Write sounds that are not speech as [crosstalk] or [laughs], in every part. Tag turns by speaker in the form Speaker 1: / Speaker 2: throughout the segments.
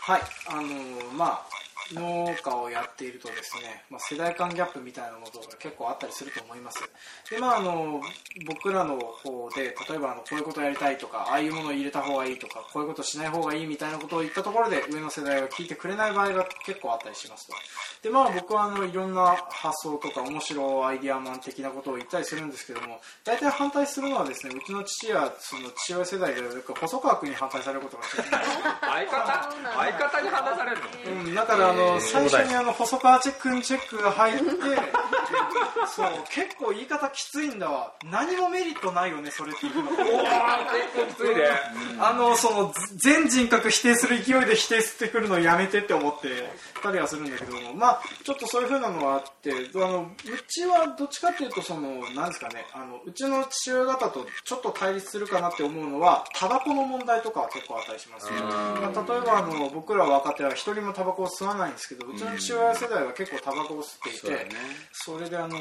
Speaker 1: はい、あのーまあ農家をやっているとですね、まあ、世代間ギャップみたいなことが結構あったりすると思いますでまああの僕らの方で例えばあのこういうことやりたいとかああいうものを入れた方がいいとかこういうことしない方がいいみたいなことを言ったところで上の世代が聞いてくれない場合が結構あったりしますとでまあ僕はあのいろんな発想とか面白いアイディアマン的なことを言ったりするんですけども大体反対するのはですねうちの父やその父親世代ではよく細川君に反対されることが結構
Speaker 2: 相方相方に話されるの
Speaker 1: うん、だからあの、
Speaker 3: えー
Speaker 1: 最初にあの細川チェックにチェックが入ってそう結構言い方きついんだわ何もメリットないよねそれって言うの
Speaker 2: 結構きついで
Speaker 1: あのそのず全人格否定する勢いで否定してくるのやめてって思ってたりはするんだけどもまあちょっとそういう風なのはあってあのうちはどっちかっていうとそのなんですかねあのうちの父親方とちょっと対立するかなって思うのはタバコの問題とかは結構あったりしますね、まあ、例えばあの僕ら若手は一人もタバコを吸わないんですけどうちの父親世代は結構タバコを吸っていて、それであの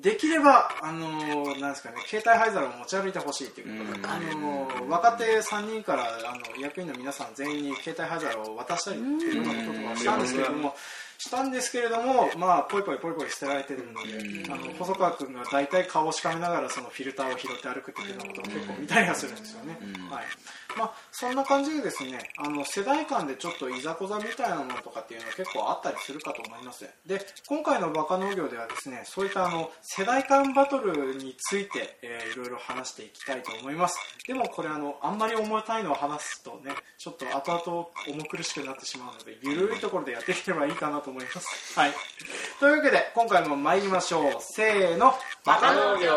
Speaker 1: できればあのなんですかね携帯灰皿を持ち歩いてほしいっていうことで、あの若手3人からあの役員の皆さん全員に携帯灰皿を渡したりっていうようなこととかをしたんですけれども。したんですけれども、まあ、ポイポイポイポイ捨てられてるので、あの細川君が大体顔をしかめながらそのフィルターを拾って歩くっていうようなことを結構見たりはするんですよね、はいまあ、そんな感じでですねあの世代間でちょっといざこざみたいなものとかっていうのは結構あったりするかと思いますで今回の「バカ農業」ではですねそういったあの世代間バトルについて、えーいろいろ話していきたいと思いますでもこれあのあんまり重たいのを話すとねちょっと後々重苦しくなってしまうのでゆるいところでやっていければいいかなと思いますはいというわけで今回も参りましょうせーのバカ農業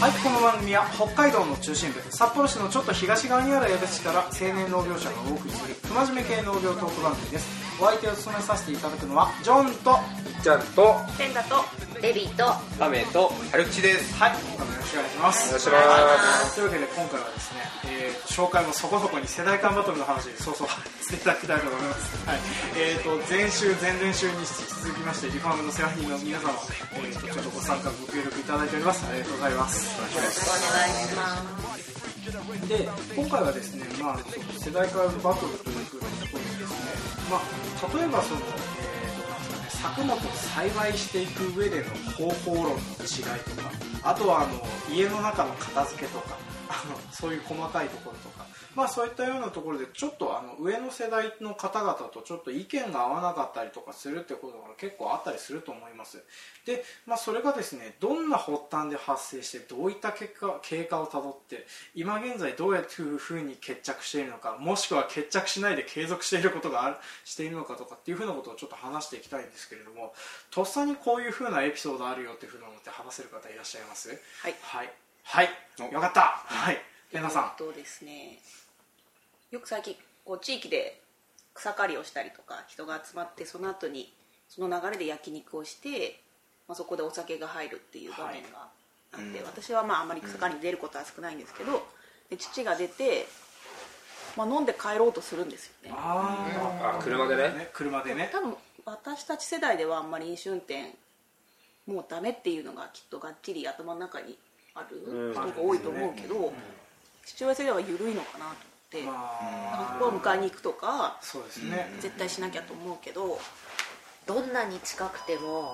Speaker 1: はい、この番組は北海道の中心部札幌市のちょっと東側にある江別市から青年農業者がお送りする不真面目系農業トーク番組ですお相手を務めさせていただくのはジョンと
Speaker 2: ちゃんと
Speaker 4: ペンダとデビーと
Speaker 2: アメと春吉です
Speaker 1: はい、よろしくお願いします。
Speaker 2: お願いします
Speaker 1: というわけで今回はですね、えー紹介もそこそこに世代間バトルの話でそうそうしていただきたいと思います。はい、えー、と前週前々週に引き続きましてリファームの世話人の皆様、えー、とちょっとご参加ご協力いただいております。ありがとうございます。
Speaker 4: お願いします
Speaker 1: で今回はですね、まあ、その世代間バトルというふうなところでですね、まあ、例えばその、えーとなんですかね、作物を栽培していく上での方法論の違いとかあとはあの家の中の片付けとかあのそういう細かいところとか、まあ、そういったようなところでちょっとあの上の世代の方々とちょっと意見が合わなかったりとかするってことが結構あったりすると思いますで、まあ、それがですねどんな発端で発生してどういった結果経過をたどって今現在どうやっていうふうに決着しているのかもしくは決着しないで継続していることがあるしているのかとかっていうふうなことをちょっと話していきたいんですけれどもとっさにこういうふうなエピソードあるよっていうふうなのって話せる方いらっしゃいます
Speaker 4: はい
Speaker 1: はい、はい、よかったはいえなさん
Speaker 4: えっとですねよく最近こう地域で草刈りをしたりとか人が集まってその後にその流れで焼肉をして、まあ、そこでお酒が入るっていう場面があって、私はまああまり草刈りに出ることは少ないんですけど、で父が出て、まあ、飲んで帰ろうとするんですよね
Speaker 1: あ
Speaker 2: あ車で
Speaker 1: ー
Speaker 2: ね
Speaker 1: ね車でね
Speaker 4: 多分私たち世代ではあんまり飲酒運転もうダメっていうのがきっとがっちり頭の中にある人が多いと思うけど、父親世代は緩いのかなと思って、
Speaker 1: ま
Speaker 4: 学校を
Speaker 1: あ
Speaker 4: 迎えに行くとか
Speaker 1: そうですね、
Speaker 4: 絶対しなきゃと思うけど、
Speaker 5: どんなに近くても、
Speaker 4: うん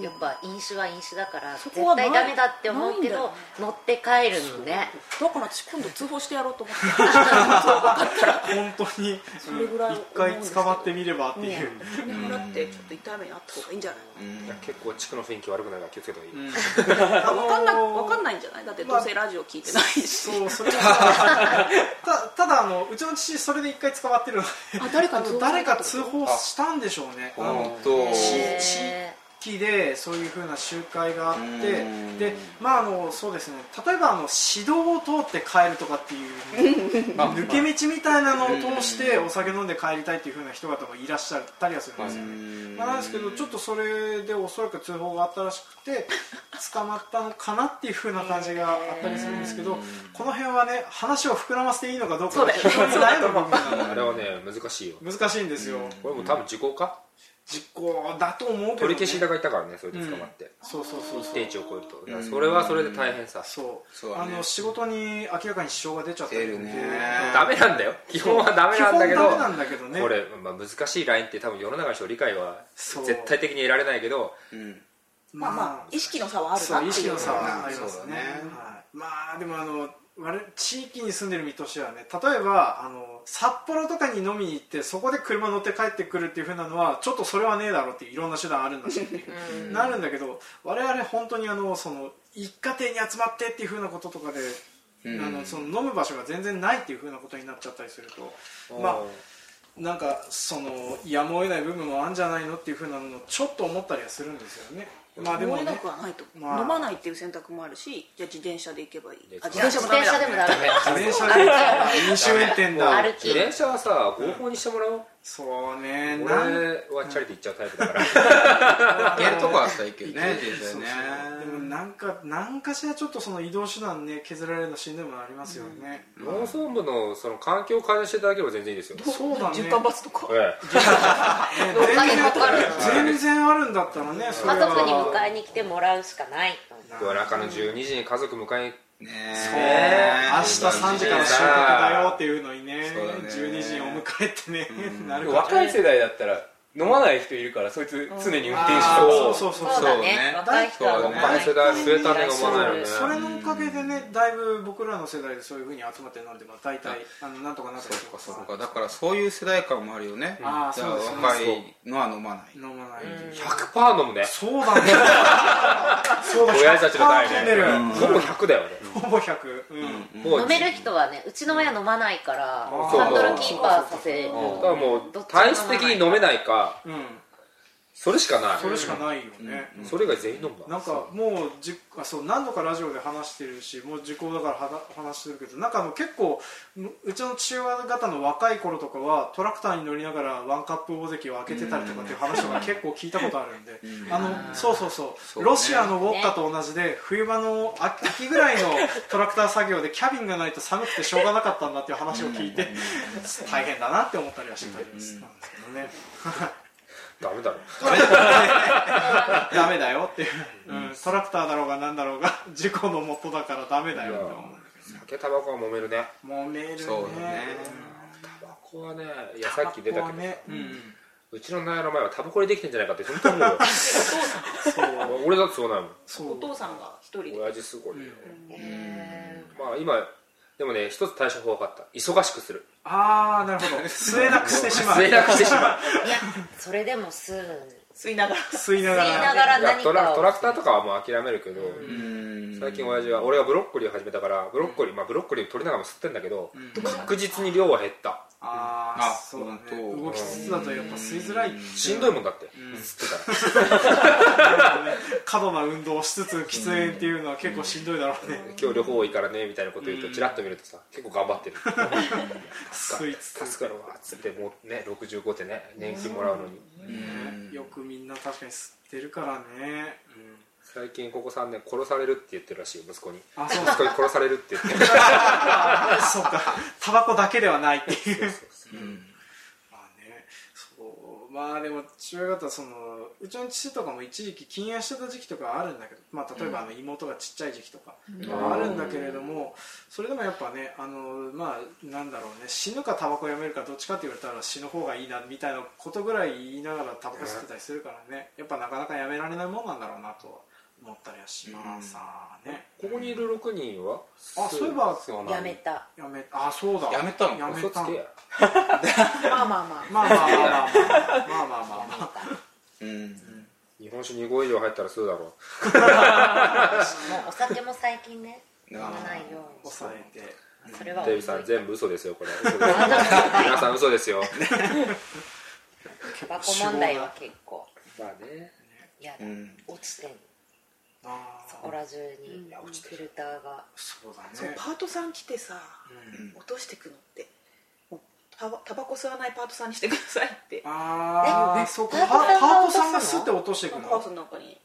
Speaker 5: やっぱ飲酒は飲酒だから
Speaker 4: そ
Speaker 5: 絶
Speaker 4: こはない
Speaker 5: 対ダメだって思うけ
Speaker 4: ないんだよ
Speaker 5: ど
Speaker 4: ね
Speaker 5: 乗って帰るのね
Speaker 4: だから私今度通報してやろうと思っ
Speaker 1: [laughs]
Speaker 4: て
Speaker 1: 本当に
Speaker 4: それぐらい
Speaker 1: 一回捕まってみればっていう、
Speaker 4: 金払ってちょっと痛い目にあった方がいいんじゃない
Speaker 2: 結構地区の雰囲気悪くなるから気をつけた方がいい、
Speaker 4: あ分かんない分かん
Speaker 1: い
Speaker 4: ないんじゃないだってどうせラジオ聞いてないし、
Speaker 1: そうそれ
Speaker 4: [laughs]
Speaker 1: はたただあのうちの父それで一回捕まってるので
Speaker 4: あ誰か
Speaker 1: あの誰か通報したんでしょうねあの
Speaker 2: 当
Speaker 1: し
Speaker 5: へー
Speaker 1: し期でそういう風な集会があって
Speaker 3: うん
Speaker 1: でまああのそうですね例えばあの市道を通って帰るとかっていう
Speaker 2: あ
Speaker 1: 抜け道みたいなのを通してお酒飲んで帰りたいっていう風な人方もいらっしゃったりはするんですよね。まあ、なんですけどちょっとそれでおそらく通報があったらしくて捕まったのかなっていう風な感じがあったりするんですけどこの辺はね話を膨らませていいのかどうかが非常に悩む部分
Speaker 2: あ
Speaker 1: な
Speaker 2: れはね難しいよ
Speaker 1: の難しいんですよ
Speaker 2: これも多分時効か
Speaker 1: 実行だと思うけど、ね、
Speaker 2: 取り消しだがいたからねそれで捕まって
Speaker 1: そうそうそう
Speaker 2: 一
Speaker 1: そう
Speaker 2: 定値を超えるとだからそれはそれで大変さ
Speaker 1: そう
Speaker 3: そうだ
Speaker 1: あ
Speaker 3: ね
Speaker 1: の仕事に明らかに支障が出ちゃったり
Speaker 3: 出るね
Speaker 2: ダメなんだよ基本はダメなんだけ
Speaker 1: 基本
Speaker 2: ど
Speaker 1: ダメなんだけどね
Speaker 2: これ、まあ、難しいラインって多分世の中の人理解は
Speaker 1: そう
Speaker 2: 絶対的に得られないけど
Speaker 3: うん
Speaker 4: まあまあ意識の差はあるな
Speaker 1: そう意
Speaker 4: ってい
Speaker 1: 識
Speaker 4: う
Speaker 1: の差はあります
Speaker 3: そう
Speaker 1: ね
Speaker 3: だね
Speaker 1: はい、まあでもあの我々地域に住んでる身としてはね例えばあの札幌とかに飲みに行ってそこで車乗って帰ってくるっていうふうなのはちょっとそれはねえだろうっていういろんな手段あるんだしっていう
Speaker 5: うん
Speaker 1: なるんだけど我々本当にあのその一家庭に集まってっていうふうなこととかで、
Speaker 3: うん
Speaker 1: あのその飲む場所が全然ないっていうふうなことになっちゃったりするとまあなんかそのやむを得ない部分もあるんじゃないのっていうふうなのをちょっと思ったりはするんですよねまあで
Speaker 4: 思
Speaker 1: も
Speaker 4: え
Speaker 1: ね
Speaker 4: なくはないと、
Speaker 1: まあ
Speaker 4: 飲まないっていう選択もあるしじゃあ自転車で行けばいいあ
Speaker 2: い
Speaker 4: 自
Speaker 5: や
Speaker 4: 転
Speaker 5: 自
Speaker 4: 車もダ
Speaker 5: 転
Speaker 4: メだ
Speaker 5: 車でもダメ
Speaker 1: 自転車で飲酒運転だ
Speaker 5: 歩
Speaker 2: 自
Speaker 5: き
Speaker 2: 転車はさ合法にしてもらおう
Speaker 1: そうね
Speaker 2: 俺
Speaker 1: なん
Speaker 2: はチャリで行っちゃうタイプだから
Speaker 1: か
Speaker 3: 行けるとこはさ行けるね
Speaker 1: ね
Speaker 3: 自
Speaker 1: そうそう
Speaker 3: 転車ね
Speaker 1: でもなんか何かしらちょっとその移動手段ね削られるのしんどいものありますよね、
Speaker 2: 農村部のその環境を改善していただければ全然いいですよ
Speaker 1: そうだね
Speaker 4: 循環バスとか
Speaker 2: え
Speaker 1: ね全然
Speaker 5: お金かかる
Speaker 1: 全然あるんだったらねそ
Speaker 5: 家
Speaker 1: れは
Speaker 5: 族に迎えに来てもらうしかないと思う
Speaker 2: え夜中の12時に家族迎えに
Speaker 3: ね
Speaker 1: そう
Speaker 3: え
Speaker 1: 明日3時から収穫だよっていうのにね
Speaker 3: そうだね
Speaker 1: 12時にお迎えってね、 [laughs] なるから
Speaker 6: 若い世代だったら飲まない人いるからそいつ常に運転
Speaker 1: あ
Speaker 6: 手
Speaker 1: ーそう
Speaker 6: と
Speaker 1: そうそう
Speaker 5: そうだね
Speaker 3: そうね
Speaker 5: 若い人
Speaker 3: そう
Speaker 5: は
Speaker 3: ね
Speaker 2: 若い世代増えたね飲まないよね
Speaker 1: それのおかげでねだいぶ僕らの世代でそういうふうに集まって飲んでも大体あのなんとかなったりとか
Speaker 3: そうかだからそういう世代感もあるよねだ
Speaker 1: あー
Speaker 3: から
Speaker 1: そうですね
Speaker 3: 若いのは飲まない
Speaker 1: 飲まない、
Speaker 2: 100%飲むね
Speaker 1: そうだねそうだ
Speaker 2: 親父たちの代
Speaker 1: 100%飲ん
Speaker 2: ね
Speaker 1: でる、
Speaker 2: ほぼ100だよね
Speaker 1: ほぼ100、うん
Speaker 2: ほぼ
Speaker 5: 飲める人はねうちの親飲まないから
Speaker 1: うん
Speaker 5: ハンドルキーパーさせる
Speaker 2: だからもう体質的に飲めないか
Speaker 1: うん
Speaker 2: それしかない
Speaker 1: それしかないよね、
Speaker 2: それ以外全員飲むわ
Speaker 1: なんかもうじゅあそう何度かラジオで話してるしもう受講だからはな話してるけどなんかあの結構ううちの父親方の若い頃とかはトラクターに乗りながらワンカップ大関を開けてたりとかっていう話とか結構聞いたことあるんで、あのそうそうそう
Speaker 3: うね
Speaker 1: ロシアのウォッカと同じで冬場のあ秋ぐらいのトラクター作業でキャビンがないと寒くてしょうがなかったんだっていう話を聞いて大変だなって思ったりはしてたりはしたんですけどね。
Speaker 2: ダメだろ
Speaker 1: [laughs] ダメだよっていう、うん、トラクターだろうが何だろうが [laughs] 事故の元だからダメだよって思
Speaker 2: 酒タバコは揉めるね
Speaker 1: うもうメールね
Speaker 3: そうだね
Speaker 2: タバコはねいやさっき出た
Speaker 1: ここは
Speaker 2: けど
Speaker 1: ね、うん、
Speaker 2: うちの親の前はタバコでできてんじゃないかって本当に [laughs] 思うよ俺だってそうなの
Speaker 1: そ
Speaker 4: お
Speaker 1: う
Speaker 4: 父さんが一人で
Speaker 2: 親父すごいよ
Speaker 5: へ
Speaker 2: まあ今でもね一つ対処法分かった忙しくする
Speaker 1: ああなるほど吸えなくしてしまう
Speaker 2: 末楽してし [laughs] まう
Speaker 5: ーいやそれでも吸うん
Speaker 4: 吸いながら
Speaker 1: 吸いなが
Speaker 5: 吸いな
Speaker 1: ら
Speaker 5: がら
Speaker 2: いや
Speaker 5: 何
Speaker 2: トラ
Speaker 5: か
Speaker 2: ト
Speaker 5: を
Speaker 2: ラクターとかはもう諦めるけど、
Speaker 3: うん
Speaker 2: 最近親父は俺がブロッコリーを始めたからブロッコリー、まあ、ブロッコリー取りながらも吸ってんだけど、確実に量は減った
Speaker 1: ああ
Speaker 3: あ
Speaker 1: そうだね
Speaker 3: 本当
Speaker 1: 動きつつだとやっぱ吸いづらい
Speaker 2: しんどいもんだって、吸ってたら
Speaker 1: 過度な運動をしつつ喫煙っていうのは結構しんどいだろうね
Speaker 2: 今日両方多いからねみたいなこと言うとチラッと見るとさ結構頑張ってる
Speaker 1: 吸いつつ
Speaker 2: 助かるわっつってもうね65ってね年金もらうのに
Speaker 1: ねよくみんな確かに吸ってるからね、
Speaker 2: 最近ここ3年殺されるって言ってるらしいよ息子
Speaker 1: [laughs]
Speaker 2: に
Speaker 1: あそう
Speaker 2: 息子に殺されるって言ってる
Speaker 1: あ [laughs] そうかタバコだけではないっていうまあねそうまあでも父親方はそのうちの父とかも一時期禁煙してた時期とかあるんだけど、まあ、例えばあの妹がちっちゃい時期とかあるんだけれどもそれでもやっぱねあのまあなんだろうね死ぬかタバコやめるかどっちかって言われたら死ぬ方がいいなみたいなことぐらい言いながらタバコ吸ってたりするからねやっぱなかなかやめられないもんなんだろうなとは思ったりはしますね
Speaker 2: ここにいる6人は
Speaker 1: あそういえば
Speaker 2: 吸わない
Speaker 5: やめた
Speaker 1: やめあそうだ
Speaker 3: やめたの
Speaker 1: やめ
Speaker 2: 嘘
Speaker 1: た
Speaker 2: つ
Speaker 1: の
Speaker 2: けや
Speaker 4: まあまあまあ
Speaker 1: まあまあまあまあまあまあまあまあ
Speaker 3: うん
Speaker 2: 日本酒2合以上入ったら吸うだろ
Speaker 5: もうお酒も最近ね飲まないように
Speaker 1: 抑えて
Speaker 5: それは
Speaker 2: うデビさん全部嘘で
Speaker 1: [laughs]
Speaker 2: すよこれ嘘です
Speaker 5: あでも
Speaker 2: 皆さん嘘ですよ
Speaker 5: タバコ問題は結構
Speaker 2: まあね
Speaker 5: やだ、
Speaker 3: うん
Speaker 5: 落ちてん
Speaker 1: あ
Speaker 5: そこら中
Speaker 4: うん
Speaker 5: に
Speaker 4: い
Speaker 5: フィルターが
Speaker 1: そうだ
Speaker 4: そう
Speaker 1: ね
Speaker 4: [laughs] パートさん来てさ
Speaker 3: うん
Speaker 4: 落としてくのってもうタバタバコ吸わないパートさんにしてくださいって
Speaker 1: ああ
Speaker 5: え
Speaker 1: そこ
Speaker 5: パ
Speaker 1: パ
Speaker 5: ートさんが
Speaker 1: パートさんが
Speaker 5: 落と
Speaker 1: 吸
Speaker 5: すの
Speaker 1: って落としていく
Speaker 4: なん
Speaker 1: の
Speaker 4: かハウスの中に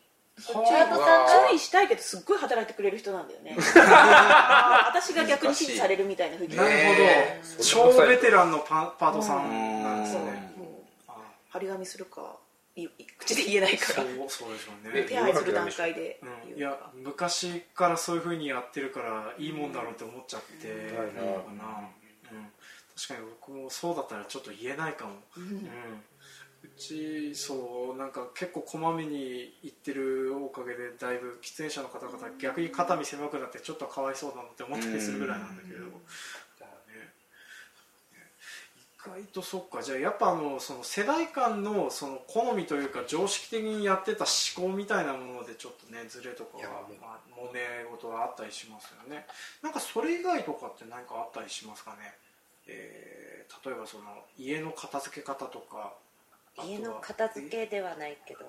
Speaker 1: は
Speaker 5: パートさんが
Speaker 4: 注意したいけどすっごい働いてくれる人なんだよね [laughs] 私が逆に指示されるみたいな雰囲気
Speaker 1: なる
Speaker 3: ね
Speaker 1: ほど超ベテランのパパートさんなんです
Speaker 3: う
Speaker 1: ね
Speaker 4: もう
Speaker 1: あ
Speaker 4: 張り紙するかいい口で言えない
Speaker 1: ー
Speaker 4: か
Speaker 1: そうそう
Speaker 4: ら
Speaker 1: でしょう
Speaker 2: え
Speaker 1: ね
Speaker 4: 手配する段階で
Speaker 1: うんい
Speaker 4: 言う
Speaker 1: や
Speaker 4: か
Speaker 1: 昔からそういうふうにやってるからいいもんだろうって思っちゃって
Speaker 2: うん
Speaker 1: なのかな、うん、確かに僕もそうだったらちょっと言えないかも、う
Speaker 4: う
Speaker 1: ん
Speaker 4: ん
Speaker 1: うちそうなんか結構こまめに行ってるおかげでだいぶ喫煙者の方々逆に肩身狭くなってちょっとかわいそうだなって思ったりするぐらいなんだけど、
Speaker 4: うん
Speaker 1: だからね意外とそっかじゃあやっぱあのその世代間のその好みというか常識的にやってた思考みたいなものでちょっとねズレとか
Speaker 2: いや
Speaker 1: は
Speaker 2: もう
Speaker 1: まあもね事はあったりしますよねなんかそれ以外とかって何かあったりしますかね、えー例えばその家の片付け方とかあとは
Speaker 5: 家の片付けではないけど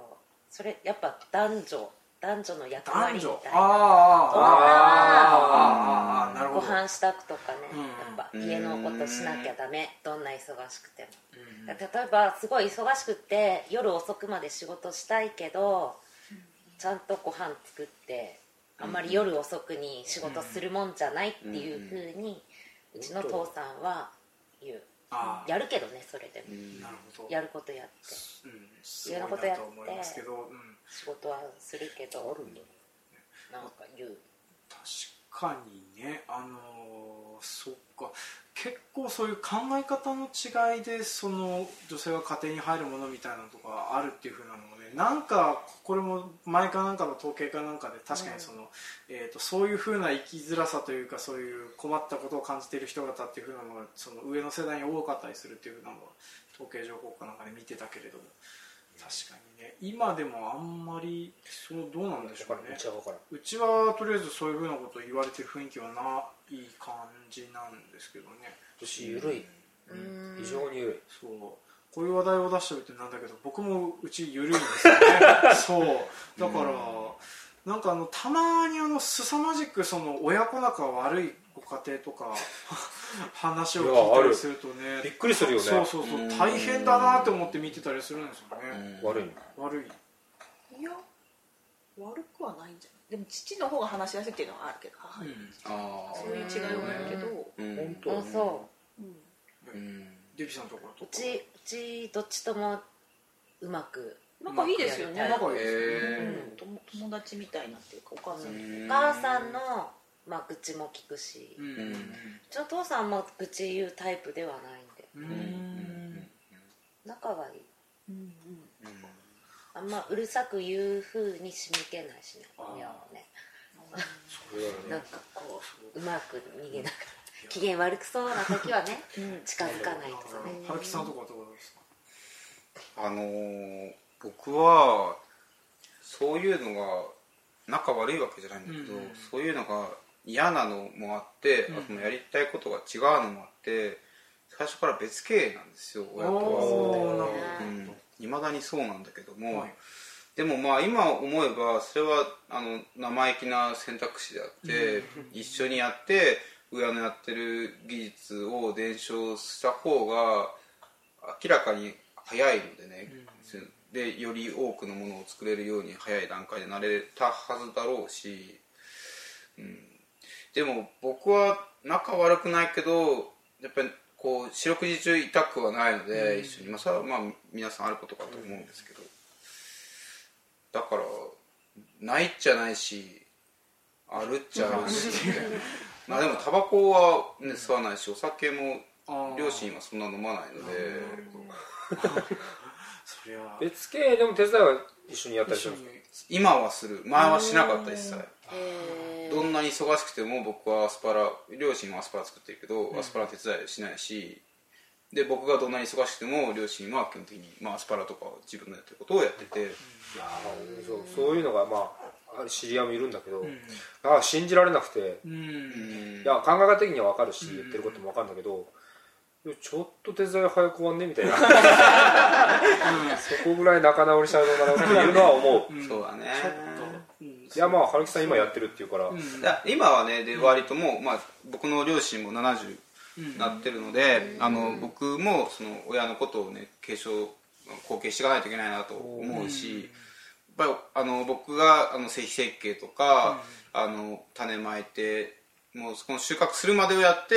Speaker 5: それやっぱ男女男女の役
Speaker 1: 男
Speaker 5: 割みた
Speaker 1: 女
Speaker 5: い
Speaker 1: あああああ
Speaker 5: な
Speaker 1: あああああなる
Speaker 5: ご
Speaker 1: ほど
Speaker 5: 飯支度とかね、
Speaker 1: うん
Speaker 5: やっぱ家のことしなきゃダメどんな忙しくても
Speaker 1: うん
Speaker 5: 例えばすごい忙しくって夜遅くまで仕事したいけどちゃんとご飯作ってあんまり夜遅くに仕事するもんじゃないっていうふうにうちの父さんは言う
Speaker 1: ああ
Speaker 5: やるけどねそれでも
Speaker 1: なるほど
Speaker 5: やることやって
Speaker 1: うんす
Speaker 5: いろんな
Speaker 1: ご
Speaker 5: こ
Speaker 1: い
Speaker 5: とや
Speaker 1: な
Speaker 5: っ
Speaker 1: と
Speaker 5: て
Speaker 1: 思いますけどうん
Speaker 5: 仕事はするけどなんか言う
Speaker 1: 確かにねあのーそっか結構そういう考え方の違いでその女性は家庭に入るものみたいなのとかあるっていうふうなのもねなんかこれも前かなんかの統計かなんかで確かにその、えー、とそういうふうな生きづらさというかそういう困ったことを感じている人方っていうふうなのがその上の世代に多かったりするっていうふうなのは統計情報かなんかで見てたけれども確かにね今でもあんまりそうどうなんでしょうね。
Speaker 2: ちは分からん
Speaker 1: うちはとりあえずそういうふうなことを言われてる雰囲気はない感じなんですけどね
Speaker 2: 私緩い非常に緩い
Speaker 1: そうこういう話題を出してるってなんだけど僕もうち緩いんです
Speaker 2: [laughs]
Speaker 1: よねそうだから、なんかあのたまにあの凄まじくその親子仲悪いご家庭と
Speaker 2: [laughs]
Speaker 1: か話を聞いたりするとね
Speaker 2: びっくりするよね
Speaker 1: そうそうそう
Speaker 3: うん
Speaker 1: 大変だなって思って見てたりするんですよね、
Speaker 2: 悪いの
Speaker 1: 悪い
Speaker 4: いや悪くはないんじゃないでも父の方が話しやすいっていうのはあるけど母に
Speaker 3: あ
Speaker 4: そういう違いはあるけど
Speaker 3: あ
Speaker 2: 本当
Speaker 5: あそう
Speaker 4: うん
Speaker 3: うん
Speaker 1: デビさんのところと
Speaker 5: う
Speaker 1: か
Speaker 5: ちうちどっちともうまく
Speaker 4: 仲いいですよね
Speaker 5: うん
Speaker 4: 仲
Speaker 1: 仲いいですね
Speaker 4: う
Speaker 3: え
Speaker 4: ん友友達みたいなっていうかお母さんに
Speaker 5: お
Speaker 3: ー
Speaker 5: 母さんの、まあ、愚痴も聞くし、
Speaker 1: う
Speaker 5: うん
Speaker 3: うん
Speaker 5: ちの父さんも愚痴言うタイプではないんで
Speaker 1: うん
Speaker 3: うん
Speaker 5: 仲がいい
Speaker 4: うん
Speaker 5: あんまうるさく言う風に仕向けないしね
Speaker 1: あー
Speaker 5: 親はね
Speaker 2: それはね
Speaker 5: なんかこううまく逃げながら機嫌悪くそうな時はね
Speaker 4: うん
Speaker 5: 近づかないとかね
Speaker 1: はるきさんとかはどうですか
Speaker 3: あのー僕はそういうのが仲悪いわけじゃないんだけど、
Speaker 1: うん
Speaker 3: そういうのが嫌なのもあって、
Speaker 1: うん
Speaker 3: あともうやりたいことが違うのもあって最初から別経営なんですよ親と
Speaker 1: おーな
Speaker 3: は
Speaker 1: る
Speaker 5: ー
Speaker 3: いま、未だにそうなんだけど
Speaker 1: ほど
Speaker 3: も、
Speaker 1: はい
Speaker 3: でもまあ今思えばそれはあの生意気な選択肢であって、一緒にやって親のやってる技術を伝承した方が明らかに早いのでね、でより多くのものを作れるように早い段階でなれたはずだろうし、うん、でも僕は仲悪くないけどやっぱりこう四六時中痛くはないので、一緒に、まあ、それはまあ皆さんあることかと思うんですけど、だからないっちゃないしあるっちゃあるしみたいなまあでもタバコは、ね、吸わないしお酒も
Speaker 1: あー
Speaker 3: 両親はそんな飲まないので
Speaker 1: そりゃ
Speaker 2: 別系でも手伝いは一緒にやったりす
Speaker 1: 一緒
Speaker 2: るん
Speaker 1: に
Speaker 2: です
Speaker 3: 今はする前はしなかった一切
Speaker 5: へ
Speaker 3: どんなに忙しくても僕はアスパラ両親はアスパラ作ってるけど、アスパラ手伝いはしないしで僕がどんなに忙しくても両親は基本的に、まあ、アスパラとか自分のやってることをやってて、
Speaker 2: かあーそうそういうのがまあある知り合いもいるんだけど
Speaker 1: ん
Speaker 2: あー信じられなくて
Speaker 1: うん
Speaker 2: いや考え方的には分かるし言ってることも分かるんだけどでもちょっとデザイン早く終わんねみたいなそこぐらい仲直りしたいのかなっていうのは思う
Speaker 3: そうだね
Speaker 1: うん
Speaker 2: いやまあ春樹さん今やってるっていうから、
Speaker 1: うん
Speaker 3: いや今はねで割ともう、まあ、僕の両親も70
Speaker 1: うん
Speaker 3: なってるので、あの僕もその親のことをね継承後継していかないといけないなと思うし、やっぱりあの僕があの石設計とか、あの種まいてもうこの収穫するまでをやって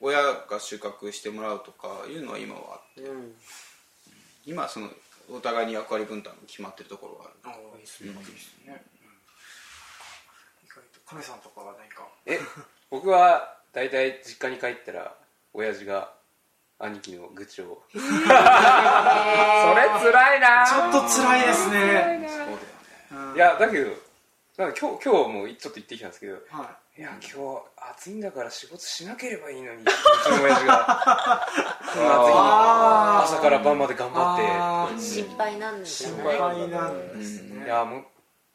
Speaker 3: 親が収穫してもらうとかいうのは今はあって、今はそのお互いに役割分担が決まってるところがある
Speaker 1: ああいいですねいいですねうん意外と亀さんとかは何か
Speaker 6: え僕は大体実家に帰ったら親父が兄貴の愚痴をそれ辛いな
Speaker 1: ちょっと辛いですね
Speaker 3: そうだよね
Speaker 1: うん
Speaker 6: いやだけどなんか今日今日もちょっと行ってきたんですけど
Speaker 1: はい
Speaker 6: や今日暑いんだから仕事しなければいいのにうちの親父がこの暑い日
Speaker 1: あー
Speaker 6: 朝から晩まで頑張
Speaker 1: あー
Speaker 5: 心配なんだ
Speaker 6: 心
Speaker 1: 心
Speaker 6: 配
Speaker 5: ね
Speaker 1: 配なんです
Speaker 3: う
Speaker 1: ね
Speaker 6: っていやも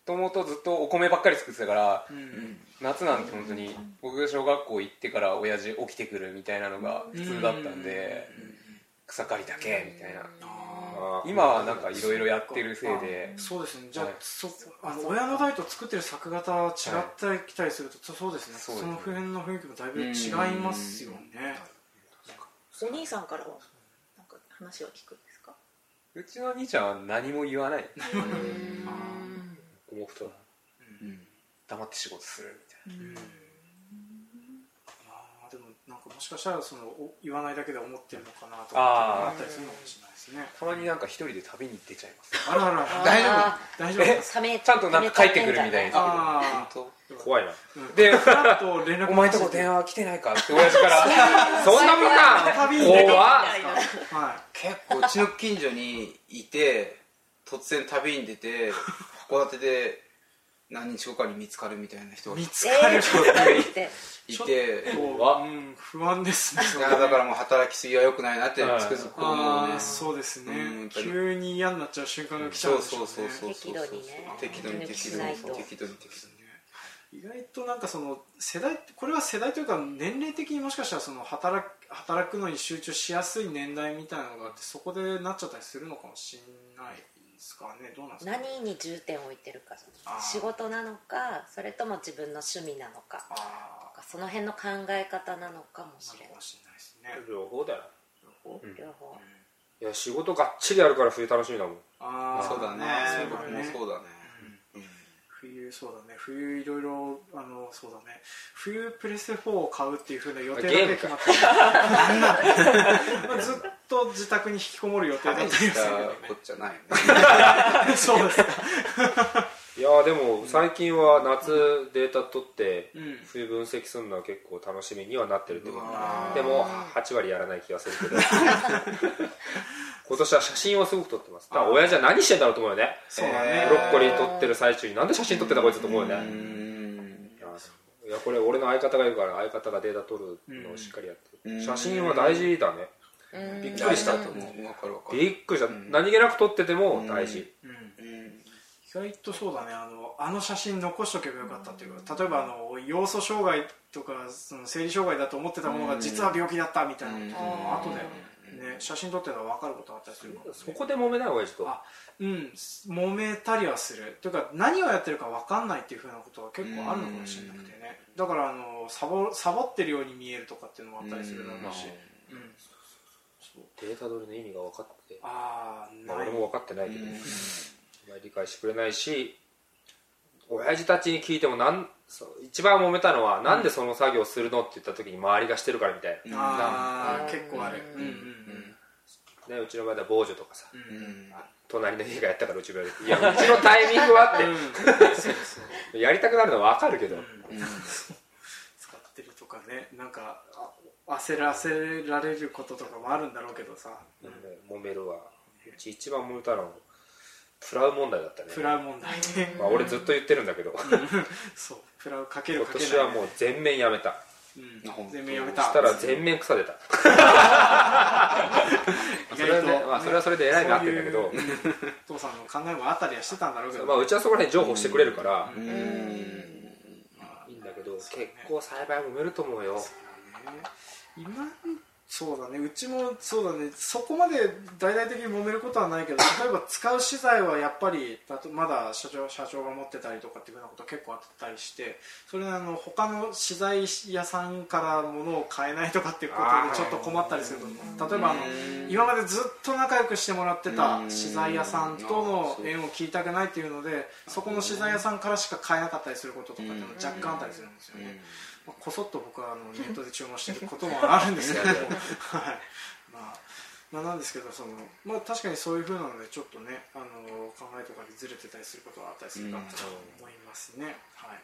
Speaker 6: ともとずっとお米ばっかり作ってたから
Speaker 1: うん
Speaker 6: 夏なんて本当に僕が小学校行ってから親父起きてくるみたいなのが普通だったんで草刈りだけみたいな
Speaker 2: あー
Speaker 6: 今はなんかいろいろやってるせいで
Speaker 1: そうですねじゃあ,、
Speaker 6: はい
Speaker 1: そあの親の代と作ってる作型は違ってきたりすると、そそうですねそ
Speaker 6: そ
Speaker 1: う
Speaker 6: ですね
Speaker 1: の辺の雰囲気もだいぶ違いますよね
Speaker 4: お兄さんからはなんか話は聞くんですか
Speaker 6: うちの兄ちゃんは何も言わない
Speaker 2: 思うと
Speaker 6: 黙って仕事するみたい
Speaker 1: うんあーでもなんかもしかしたらそのお言わないだけで思ってるのかなと
Speaker 6: あー
Speaker 1: かあったりするのかもしれないですね
Speaker 6: なたまになんか一人で旅に出ちゃい
Speaker 1: [laughs]
Speaker 6: ます
Speaker 1: あらあらあら
Speaker 3: 大丈夫
Speaker 5: あ
Speaker 1: 大丈夫です
Speaker 5: ー冷め
Speaker 6: ちゃんとなんか帰ってくるみたいな
Speaker 1: ああ
Speaker 3: 本
Speaker 2: 怖いな
Speaker 6: で
Speaker 1: ふらっと連絡
Speaker 6: お前んとこ電話来てないかって親父からそんなもんか
Speaker 1: 旅に出てる
Speaker 6: 怖っ
Speaker 1: は
Speaker 3: 結構うちの近所にいて突然旅に出て函館で何日後かに見つかるみたいな人
Speaker 1: い
Speaker 3: が
Speaker 1: 見
Speaker 3: い
Speaker 1: つか
Speaker 5: え
Speaker 1: る
Speaker 5: ー、ちょっと待って
Speaker 3: て
Speaker 1: と、うん、不安ですね
Speaker 3: いやだからもう働きすぎは良くないなってつくづく思う
Speaker 1: あ
Speaker 3: ね
Speaker 1: あそうですね、
Speaker 3: うんやっぱり
Speaker 1: 急に嫌になっちゃう瞬間が来ちゃ
Speaker 3: そううん
Speaker 1: でしょ
Speaker 3: そう
Speaker 1: ね
Speaker 3: そうそう
Speaker 5: 適度にね
Speaker 3: 適度に
Speaker 5: 息抜き
Speaker 3: 適
Speaker 5: し
Speaker 3: 度
Speaker 5: ない
Speaker 3: に
Speaker 5: と
Speaker 3: 適度に適
Speaker 1: 意外となんかその世代これは世代というか年齢的にもしかしたらその働く働くのに集中しやすい年代みたいなのがあってそこでなっちゃったりするのかもしれないですかねどうなんですか
Speaker 5: 何に重点を置いてるかじゃな
Speaker 1: あ
Speaker 5: い
Speaker 1: ー
Speaker 5: 仕事なのかそれとも自分の趣味なのか
Speaker 1: ああ
Speaker 5: その辺の考え方なのかもし
Speaker 1: なの
Speaker 5: れな
Speaker 1: か
Speaker 5: い
Speaker 1: もしれないですね
Speaker 2: 両方だよ
Speaker 5: 両方
Speaker 2: いや仕事がっちりあるから冬楽しみだもん
Speaker 1: ああ
Speaker 3: そうだね僕もそうだね
Speaker 1: 冬そうだね冬いろいろあのそうだね冬プレステ4を買うっていうふうな予定だけ決ま [laughs] ってるまあずっと自宅に引きこもる予定だった
Speaker 3: 大
Speaker 1: りはする
Speaker 3: し
Speaker 1: けど
Speaker 3: た
Speaker 1: ね
Speaker 3: こっちゃない
Speaker 1: [laughs]
Speaker 3: ね
Speaker 1: そうですか
Speaker 2: いやーでも最近は夏データ取って
Speaker 1: うん
Speaker 2: 冬分析するのは結構楽しみにはなってるってこと
Speaker 3: あ
Speaker 2: でも8割やらない気がするけ [laughs] ど今年は写真をすごく撮ってますだから親じゃ何してんだろうと思うよね
Speaker 1: そうだ
Speaker 3: え
Speaker 1: ね
Speaker 2: ブロッコリー撮ってる最中になんで写真撮ってんだこいつと思うよね
Speaker 3: ーうーん
Speaker 2: いやそういやこれ俺の相方がいるから相方がデータ取るのをしっかりやって
Speaker 3: う
Speaker 2: る
Speaker 3: ん
Speaker 2: 写真は大事だねびっくりしたと思う
Speaker 3: 分かる分かる
Speaker 2: びっくりした何気なく撮ってても大事
Speaker 1: うん
Speaker 3: うん
Speaker 1: 意外とそうだねあのあの写真残しとけばよかったっていうか例えばあの要素障害とかその生理障害だと思ってたものが実は病気だったみたいなことも後でね写真撮ってたら分かることあったりするからね
Speaker 2: そこで揉めない親父と
Speaker 1: あうん揉めたりはするというか何をやってるか分かんないっていうふうなことは結構あるのかもしれなくてねだからあのサボサボってるように見えるとかっていうのもあったりするだろうしうん
Speaker 2: データ取りの意味が分かって
Speaker 1: ああ
Speaker 2: まあ
Speaker 1: ない
Speaker 2: 俺も分かってないけど、あんまり理解してくれないし親父たちに聞いてもなんそう一番揉めたのは、なんでその作業するのって言った時に周りがしてるからみたいな、
Speaker 1: あー結構あるうんうん
Speaker 2: ね、うちの場合は防除とかさ、
Speaker 1: うんうん
Speaker 2: 隣の家がやったからうちもやるいやうちのタイミングは
Speaker 1: うん
Speaker 2: っ
Speaker 1: そうそう
Speaker 2: てやりたくなるのは分かるけど、
Speaker 1: 使ってるとかねなんかあ焦らせられることとかもあるんだろうけどさ、
Speaker 2: ね揉めるわうち一番揉めたのはプラウ問題だったね
Speaker 1: プラウ問題ね、
Speaker 2: まあ、俺ずっと言ってるんだけど今
Speaker 1: そうプラウかけるかけない
Speaker 2: 年はもう全面やめた
Speaker 1: うん、
Speaker 3: 本当
Speaker 1: 全面やめ
Speaker 2: そ
Speaker 1: た
Speaker 2: したら全面草出たそれはね、まあ、それはそれで偉いなって言うんだけど
Speaker 1: そういううんお父さんの考えもあったりはしてたんだろうけど、
Speaker 2: まあ、うちはそこら辺譲歩してくれるから、
Speaker 3: うーん
Speaker 2: いいんだけど結構栽培も埋めると思うよ
Speaker 1: 今んそうだねうちもそうだねそこまで大々的に揉めることはないけど例えば使う資材はやっぱりだとまだ社長社長が持ってたりとかっていうふうなこと結構あったりしてそれであの他の資材屋さんから物を買えないとかっていうことでちょっと困ったりすると例えばあの今までずっと仲良くしてもらってた資材屋さんとの縁を切りたくないっていうのでそこの資材屋さんからしか買えなかったりすることとかっていうのは若干あったりするんですよね。まあこそっと僕はあのネットで注文してることもあるん [laughs] ですけどはいまあ、まあなんですけどその、まあ、確かにそういうふうなのでちょっとねあの考えとかでずれてたりすることはあったりするかなと思いますね、はい、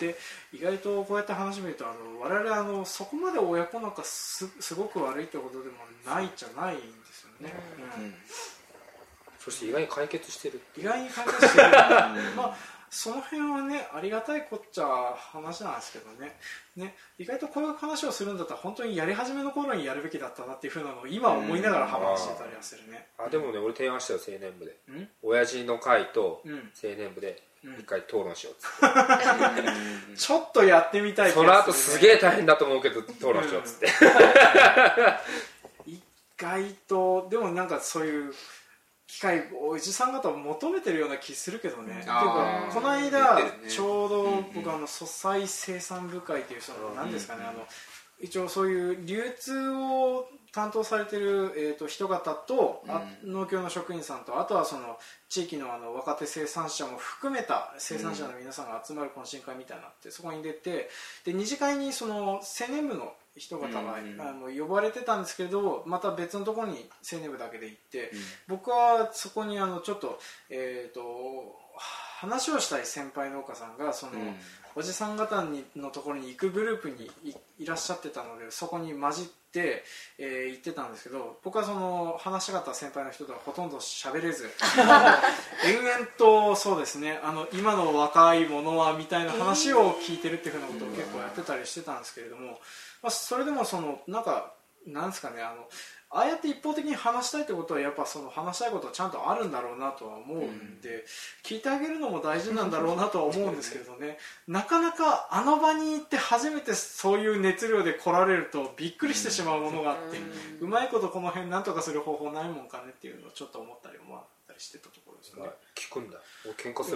Speaker 1: で意外とこうやって話見るとあの我々あのそこまで親子仲すすごく悪いってことでもないじゃないんですよね、うん
Speaker 2: そして意外に解決してる
Speaker 1: 意外に解決してるまあその辺はねありがたいこっちゃ話なんですけどねね意外とこういう話をするんだったら本当にやり始めの頃にやるべきだったなっていうふうなのを今思いながら話してたりはするね
Speaker 2: あでもね俺提案したよ青年部で
Speaker 1: うん
Speaker 2: 親父の会と
Speaker 1: うん
Speaker 2: 青年部で
Speaker 1: うん
Speaker 2: 一回討論しようっつって
Speaker 1: ちょっとやってみたい
Speaker 2: その後す
Speaker 1: え
Speaker 2: げえ大変だと思うけど討論しようっつって
Speaker 1: 意外とでもなんかそういう機会おじさん方も求めてるような気するけどね、っていう
Speaker 3: あ
Speaker 1: か
Speaker 3: ー
Speaker 1: この間、
Speaker 3: 言ってるね
Speaker 1: ちょうど
Speaker 3: うんうん
Speaker 1: 僕、あの素材生産部会というその、
Speaker 2: うん
Speaker 1: なんですかねあの一応そういう流通を担当されてる、えー、と人方と、あ
Speaker 3: うん
Speaker 1: 農協の職員さんとあとはその地域のあの若手生産者も含めた生産者の皆さんが集まる懇親会みたいなのあって、そこに出てで二次会にその青年部の人方が、
Speaker 3: うん
Speaker 1: あの呼ばれてたんですけどまた別のところに青年部だけで行って、僕はそこにあのちょっと,、えー、と話をしたい先輩農家さんがその、
Speaker 3: うん
Speaker 1: おじさん方にのところに行くグループにいいらっしゃってたのでそこに混じって、えー行ってたんですけど僕はその話し方先輩の人とはほとんど喋 [laughs] れず延々とそうですねあの今の若いものはみたいな話を聞いてるっていうふうなことを結構やってたりしてたんですけれども、まあ、それでもそのなんかなんですかねあのああやって一方的に話したいってことはやっぱその話したいことはちゃんとあるんだろうなとは思うんで、聞いてあげるのも大事なんだろうなとは思うんですけれどねなかなかあの場に行って初めてそういう熱量で来られるとびっくりしてしまうものがあって、うまいことこの辺なんとかする方法ないもんかねっていうのをちょっと思ったり思ったりしてたところですね。
Speaker 2: 聞くんだ俺喧嘩す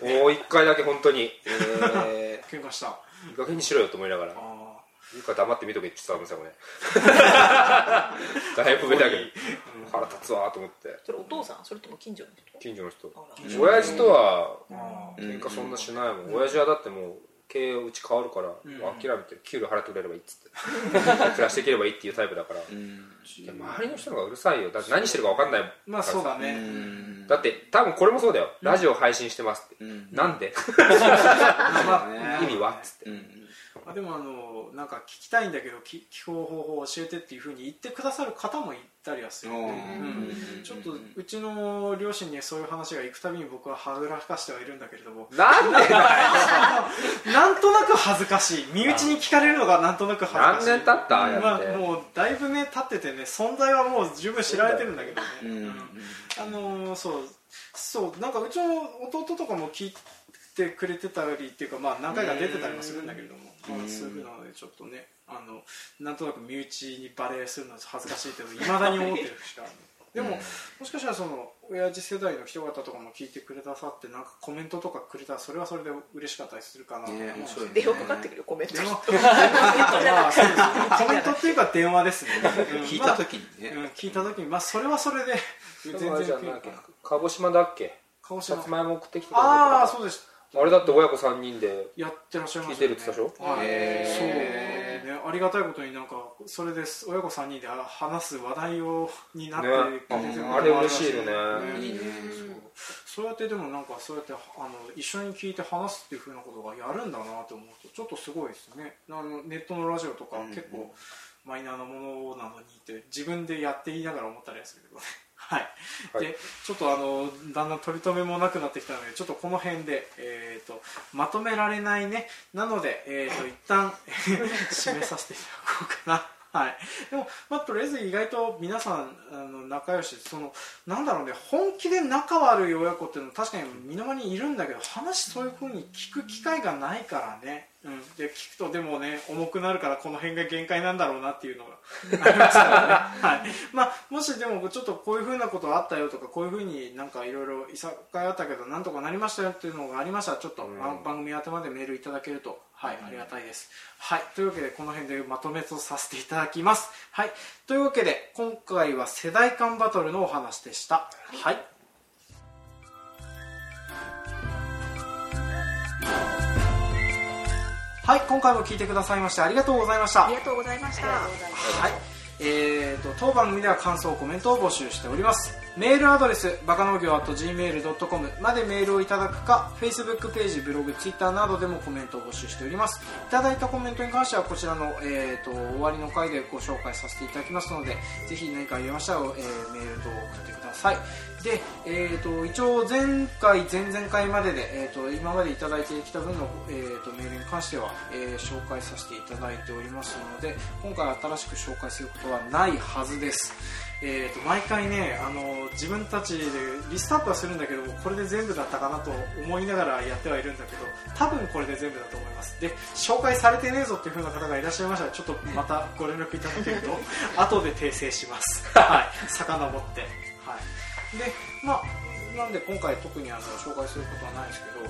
Speaker 2: るもん [laughs] もう一回だけ本当に
Speaker 3: え
Speaker 1: 喧嘩したあ
Speaker 2: いい加減にしろよと思いながら
Speaker 1: ー
Speaker 2: いいか黙って見とけって言ってたもんね
Speaker 1: [laughs]
Speaker 2: これだいぶ上だけど腹立つわと思って
Speaker 7: それお父さんそれとも近所の人
Speaker 2: 近所の人
Speaker 7: あら
Speaker 3: 所
Speaker 2: 親父とは
Speaker 1: あー
Speaker 2: 喧嘩そんなしないもん親父はだってもう経営うち変わるか
Speaker 1: ん
Speaker 2: ら、もう諦めて給料払ってくれればいいっつ
Speaker 1: [laughs]
Speaker 2: って暮らしていければいいっていうタイプだから、
Speaker 3: ー
Speaker 2: いや周りの人がうるさいよだって何してるか分かんないからさ
Speaker 1: まあそうだね、
Speaker 3: うん
Speaker 2: だって多分これもそうだよ、ラジオ配信してますって、
Speaker 3: うん
Speaker 2: なんで
Speaker 1: まあ
Speaker 2: 意味はっつって
Speaker 3: うん
Speaker 1: あでもあのなんか聞きたいんだけどき聞く方法を教えてっていうふうに言ってくださる方もいたりはする、うんちょっとうちの両親にそういう話が行くたびに僕ははぐらかしてはいるんだけれども
Speaker 2: な
Speaker 1: [laughs]
Speaker 2: んでだよ
Speaker 1: なんとなく恥ずかしい身内に聞かれるのがなんとなく恥
Speaker 2: 何
Speaker 1: ずかし
Speaker 2: 年
Speaker 1: い
Speaker 2: 経ったああやっ
Speaker 1: ま
Speaker 2: て、
Speaker 1: あ、もうだいぶね経っててね存在はもう十分知られてるんだけどね、
Speaker 3: うん
Speaker 1: あのーそうそうなんかうちの弟とかも聞いてくれてたりっていうかまあ何回か出てたりもするんだけれどもまあそういうふうなのでちょっとねあのなんとなく身内にバレーするのは恥ずかしいけどいまだに思ってるしかないでも、もしかしたらその親父世代の人方とかも聞いてくれたさってなんかコメントとかくれたらそれはそれで嬉しかったりするかなと思うん
Speaker 3: ね
Speaker 1: ですけど
Speaker 3: 面白いね
Speaker 7: 電話かかってくるよコメント
Speaker 1: 電話まあそうですねコメントっていうか電話ですね
Speaker 2: [laughs]
Speaker 3: 聞いた
Speaker 1: 時
Speaker 3: 時に
Speaker 1: うん
Speaker 3: ね
Speaker 1: 聞いた時にまあそれはそれで全然
Speaker 2: あれじゃんなんだっけ鹿児島だっけ
Speaker 1: 鹿児
Speaker 2: さ
Speaker 1: 島
Speaker 2: つまいも送ってきてたんだから
Speaker 1: ああそうです
Speaker 2: あれだって親子3人で
Speaker 1: やってらっしゃいま
Speaker 2: 聞い
Speaker 1: した
Speaker 2: て
Speaker 1: よね
Speaker 2: るって言ってたでしょ
Speaker 1: はいそう
Speaker 3: へ
Speaker 1: ねありがたいことになんかそれです親子3人で話す話題をになって
Speaker 2: ね
Speaker 1: くれてる
Speaker 2: あれ嬉しいよね
Speaker 3: いいね
Speaker 1: そうやってでもなんかそうやってあの一緒に聞いて話すっていうふうなことがやるんだなと思うとちょっとすごいですねあのネットのラジオとか
Speaker 3: うん
Speaker 1: 結構マイナーなものなのにって自分でやって言いながら思ったりはするけどね [laughs] はい、
Speaker 2: はい
Speaker 1: でちょっとあのだんだん取り留めもなくなってきたのでちょっとこの辺で、えー、とま
Speaker 3: [laughs]
Speaker 1: とめられないねなので、えー、と一旦締めさせていただこうかなはい、でも、まあ、とりあえず意外と皆さんあの仲良しそのなんだろうね本気で仲悪い親子っていうのは確かに身の回りにいるんだけど話そういうふうに聞く機会がないからね、うん、で聞くとでもね重くなるからこの辺が限界なんだろうなっていうのがありますからね、 [laughs] はいまあ、もしでもちょっとこういうふうなことあったよとかこういうふうになんかいろいろいさかいあったけどなんとかなりましたよっていうのがありましたらちょっと、
Speaker 2: うん
Speaker 1: あの番組宛てまでメールいただけると、はい、ありがたいです。はい、というわけでこの辺でまとめとさせていただきます。はい、というわけで今回は世代間バトルのお話でした。はいはい、今回も聞いてくださいましてありがとうございました。
Speaker 7: りがとうございました
Speaker 1: はい。えー、と当番組では感想コメントを募集しておりますメールアドレスバカ農業 .gmail.com までメールをいただくか Facebook ページブログ Twitter などでもコメントを募集しておりますいただいたコメントに関してはこちらの、えー、と終わりの回でご紹介させていただきますのでぜひ何かありましたら、えーメールと送ってくださいで、えー、と一応前回前々回までで、えー、と今までいただいてきた分の、えー、とメールに関しては、えー紹介させていただいておりますので今回新しく紹介することはないはずです、えー、と毎回ねあの自分たちでリストアップはするんだけどもこれで全部だったかなと思いながらやってはいるんだけど多分これで全部だと思いますで紹介されてねえぞっていう風な方がいらっしゃいましたらちょっとまたご連絡いただけると後で訂正しますはい遡ってはいでまあなんで今回特にあの紹介することはないですけど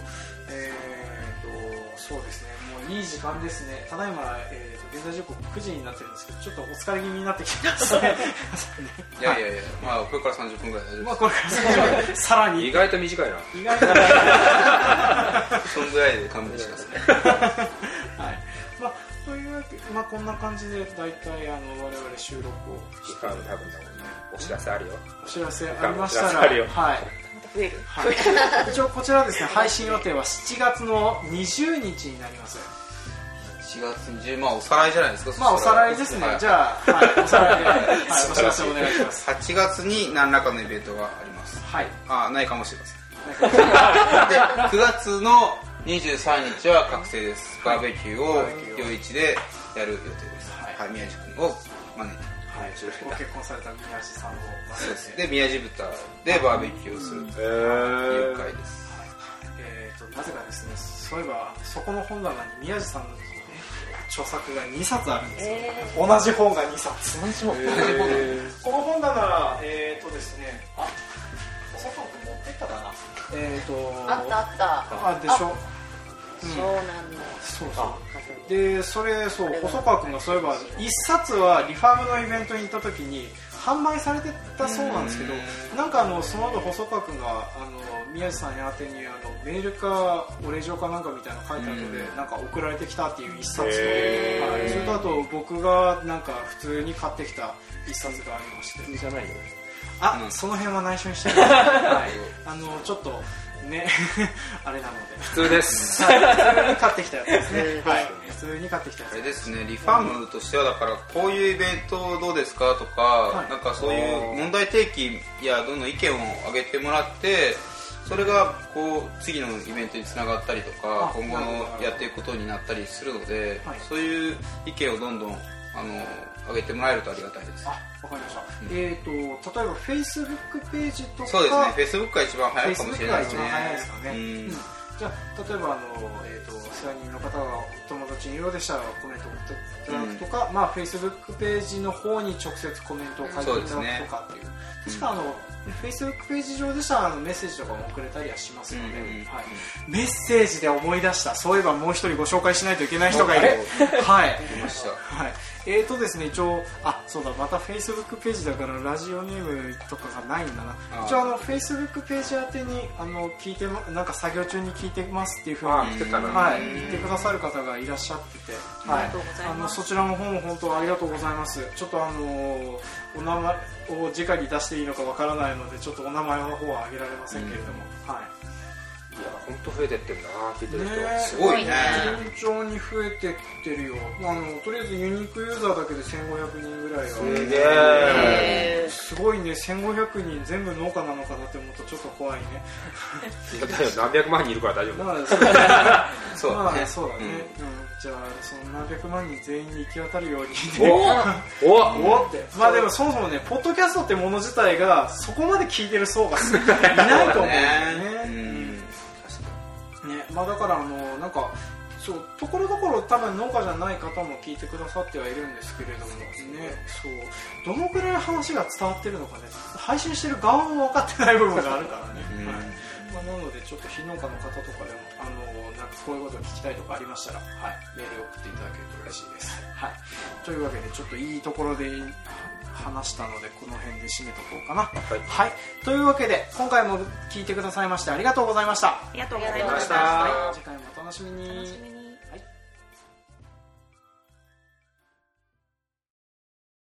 Speaker 1: えー、とそうですねもういい時間ですねただいま、えー、と現在時刻9時になってるんですけどちょっとお疲れ気味になってきてますね
Speaker 3: いやいやいや、まあこれから30分ぐらい大丈夫
Speaker 1: まあこれから先はさらに
Speaker 2: 意外と短いな
Speaker 1: 意外と
Speaker 3: です。そんぐらいで勘弁してください。
Speaker 1: はいまあというわけでまあこんな感じで大体あの我々収録を
Speaker 2: 期間多分だもんねお知らせあるよ
Speaker 1: お知らせありました
Speaker 2: お知
Speaker 1: ら
Speaker 2: らせあるよ
Speaker 1: はい
Speaker 7: また増える
Speaker 1: はい、一応こちらですね配信予定は7月の20日になります
Speaker 3: 4月20まあおさらいじゃないですか。
Speaker 1: まあおさらいですね、じ
Speaker 3: ゃ
Speaker 1: ゃあ、はい、おさらい [laughs] で、はい、お知らせお願いします
Speaker 3: 8月に何らかのイベントがあります。
Speaker 1: はい
Speaker 3: あ、ないかもしれません。で、9月の23日は覚醒です。バーベキューを夜市でやる予定です。
Speaker 1: はい
Speaker 3: はい、宮地君を招いて。
Speaker 1: はい、ご結婚された宮地さんを
Speaker 3: そうですで、宮地豚でバーベキューをすると
Speaker 2: へ
Speaker 3: いう
Speaker 2: ー
Speaker 3: 会です。
Speaker 1: えー、となぜかですねそういえばそこの本棚に宮地さんの、ね、著作が2冊あるんですよ、
Speaker 5: え
Speaker 1: 同じ本が2冊
Speaker 5: ー、も
Speaker 1: [laughs] この本棚えっ、ー、とですねあお佐藤君持ってったかなえっ、ー、と
Speaker 5: あったあった
Speaker 1: あでしょうん
Speaker 5: 湘南の
Speaker 1: そうそう
Speaker 5: 風に
Speaker 1: でそれそう細川君がそういえば一冊はリファームのイベントに行った時に販売されてたそうなんですけどなんかあのその後細川君があの宮地さんに宛てにあのメールかお礼状かなんかみたいなの書いた後で
Speaker 3: うん
Speaker 1: なんか送られてきたっていう一冊と、はい
Speaker 2: へー、
Speaker 1: それとあと僕がなんか普通に買ってきた一冊がありまして
Speaker 6: じゃないよ
Speaker 1: あ、
Speaker 3: うん
Speaker 1: その辺は内緒にしてください、はい、あのちょっとねあれなので
Speaker 2: 普通です
Speaker 1: はい普通に買ってきたやつですね
Speaker 5: 普通です
Speaker 1: はい普通に買ってきたや
Speaker 3: あ
Speaker 1: つ
Speaker 3: れですねリファームとしてはだからこういうイベントどうですかとか、
Speaker 1: い
Speaker 3: なんかそういう問題提起やどんどん意見を上げてもらってそれがこう次のイベントにつながったりと
Speaker 1: あ
Speaker 3: か今後
Speaker 1: なるほ
Speaker 3: の
Speaker 1: ど
Speaker 3: やっていくことになったりするので、
Speaker 1: はい
Speaker 3: そういう意見をどんどんあの上げてもらえるとありがたいです
Speaker 1: あ、わかりました。えっ、と、例えば Facebook ページとか、
Speaker 3: そうですね Facebook が一番早いかもしれないです
Speaker 1: Facebook が一
Speaker 3: ね
Speaker 1: 番早いですかね
Speaker 3: うん
Speaker 1: うんじゃあ、例えば、あの、えっ、と、世話人の方がお友達にいるようでしたらコメントを送っていただくとか、まあ、Facebook ページの方に直接コメントを書いていただくとかっていう。確か、あの、Facebook ページ上でしたらあのメッセージとかも送れたりはしますので、
Speaker 3: うんうんうん
Speaker 1: はい、メッセージで思い出したそういえばもう一人ご紹介しないといけない人がいる、はい、
Speaker 3: 来ました
Speaker 1: はい、えーとですね一応あそうだまたフェイスブックページだからラジオネームとかがないんだな
Speaker 3: あー
Speaker 1: 一応あのフェイスブックページ宛てにあの聞いてまなんか作業中に聞いてますっていうふうに
Speaker 2: あ来てたな
Speaker 1: はい、言ってくださる方がいらっしゃってて、は
Speaker 7: り
Speaker 1: い、
Speaker 7: がとうござい
Speaker 1: あ
Speaker 7: ます
Speaker 1: のそちらの方も本当ありがとうございますちょっとあのお名前を直に出していいのかわからないのでちょっとお名前の方は挙げられませんけれども、はい
Speaker 2: いや本当増えてってんな聞いてる人、
Speaker 1: ねえ
Speaker 3: すごいね
Speaker 1: 順調に増えてってるよあのとりあえずユニークユーザーだけで1500人ぐらいは
Speaker 2: すげえ
Speaker 7: え
Speaker 1: すごいね1500人全部農家なのかなって思うとちょっと怖いね
Speaker 2: いや [laughs] だよ何百万人いるから大丈夫
Speaker 1: まあ [laughs] そうだね
Speaker 3: そう
Speaker 1: ま
Speaker 3: だ
Speaker 1: あ
Speaker 3: ね
Speaker 1: そうだね、うんじゃあその何百万人全員に行き渡るように
Speaker 2: おお
Speaker 1: おってまあでもそもそもねポッドキャストってもの自体がそこまで聞いてる層がいないと思うんだよね
Speaker 3: う
Speaker 1: うん
Speaker 3: ん確か
Speaker 1: ねまあ、だからあのなんかそうところどころ多分農家じゃない方も聞いてくださってはいるんですけれどもねそうどのくらい話が伝わってるのかね配信してる側も分かってない部分があるからね、
Speaker 3: にうん
Speaker 1: はいまあ、なのでちょっと非農家の方とかでもあのなんかこういうことを聞きたいとかありましたら、はい、メール送っていただけると嬉しいです、はい、というわけでちょっといいところで話したのでこの辺で締めとこうかなはい、というわけで今回も聞いてくださいましてありがとうございました
Speaker 7: ありがとうござい
Speaker 4: ありがとうござい
Speaker 7: ま
Speaker 4: ま
Speaker 7: し
Speaker 4: し
Speaker 1: 次
Speaker 4: たた
Speaker 1: 回もお楽しみに
Speaker 7: 楽しみに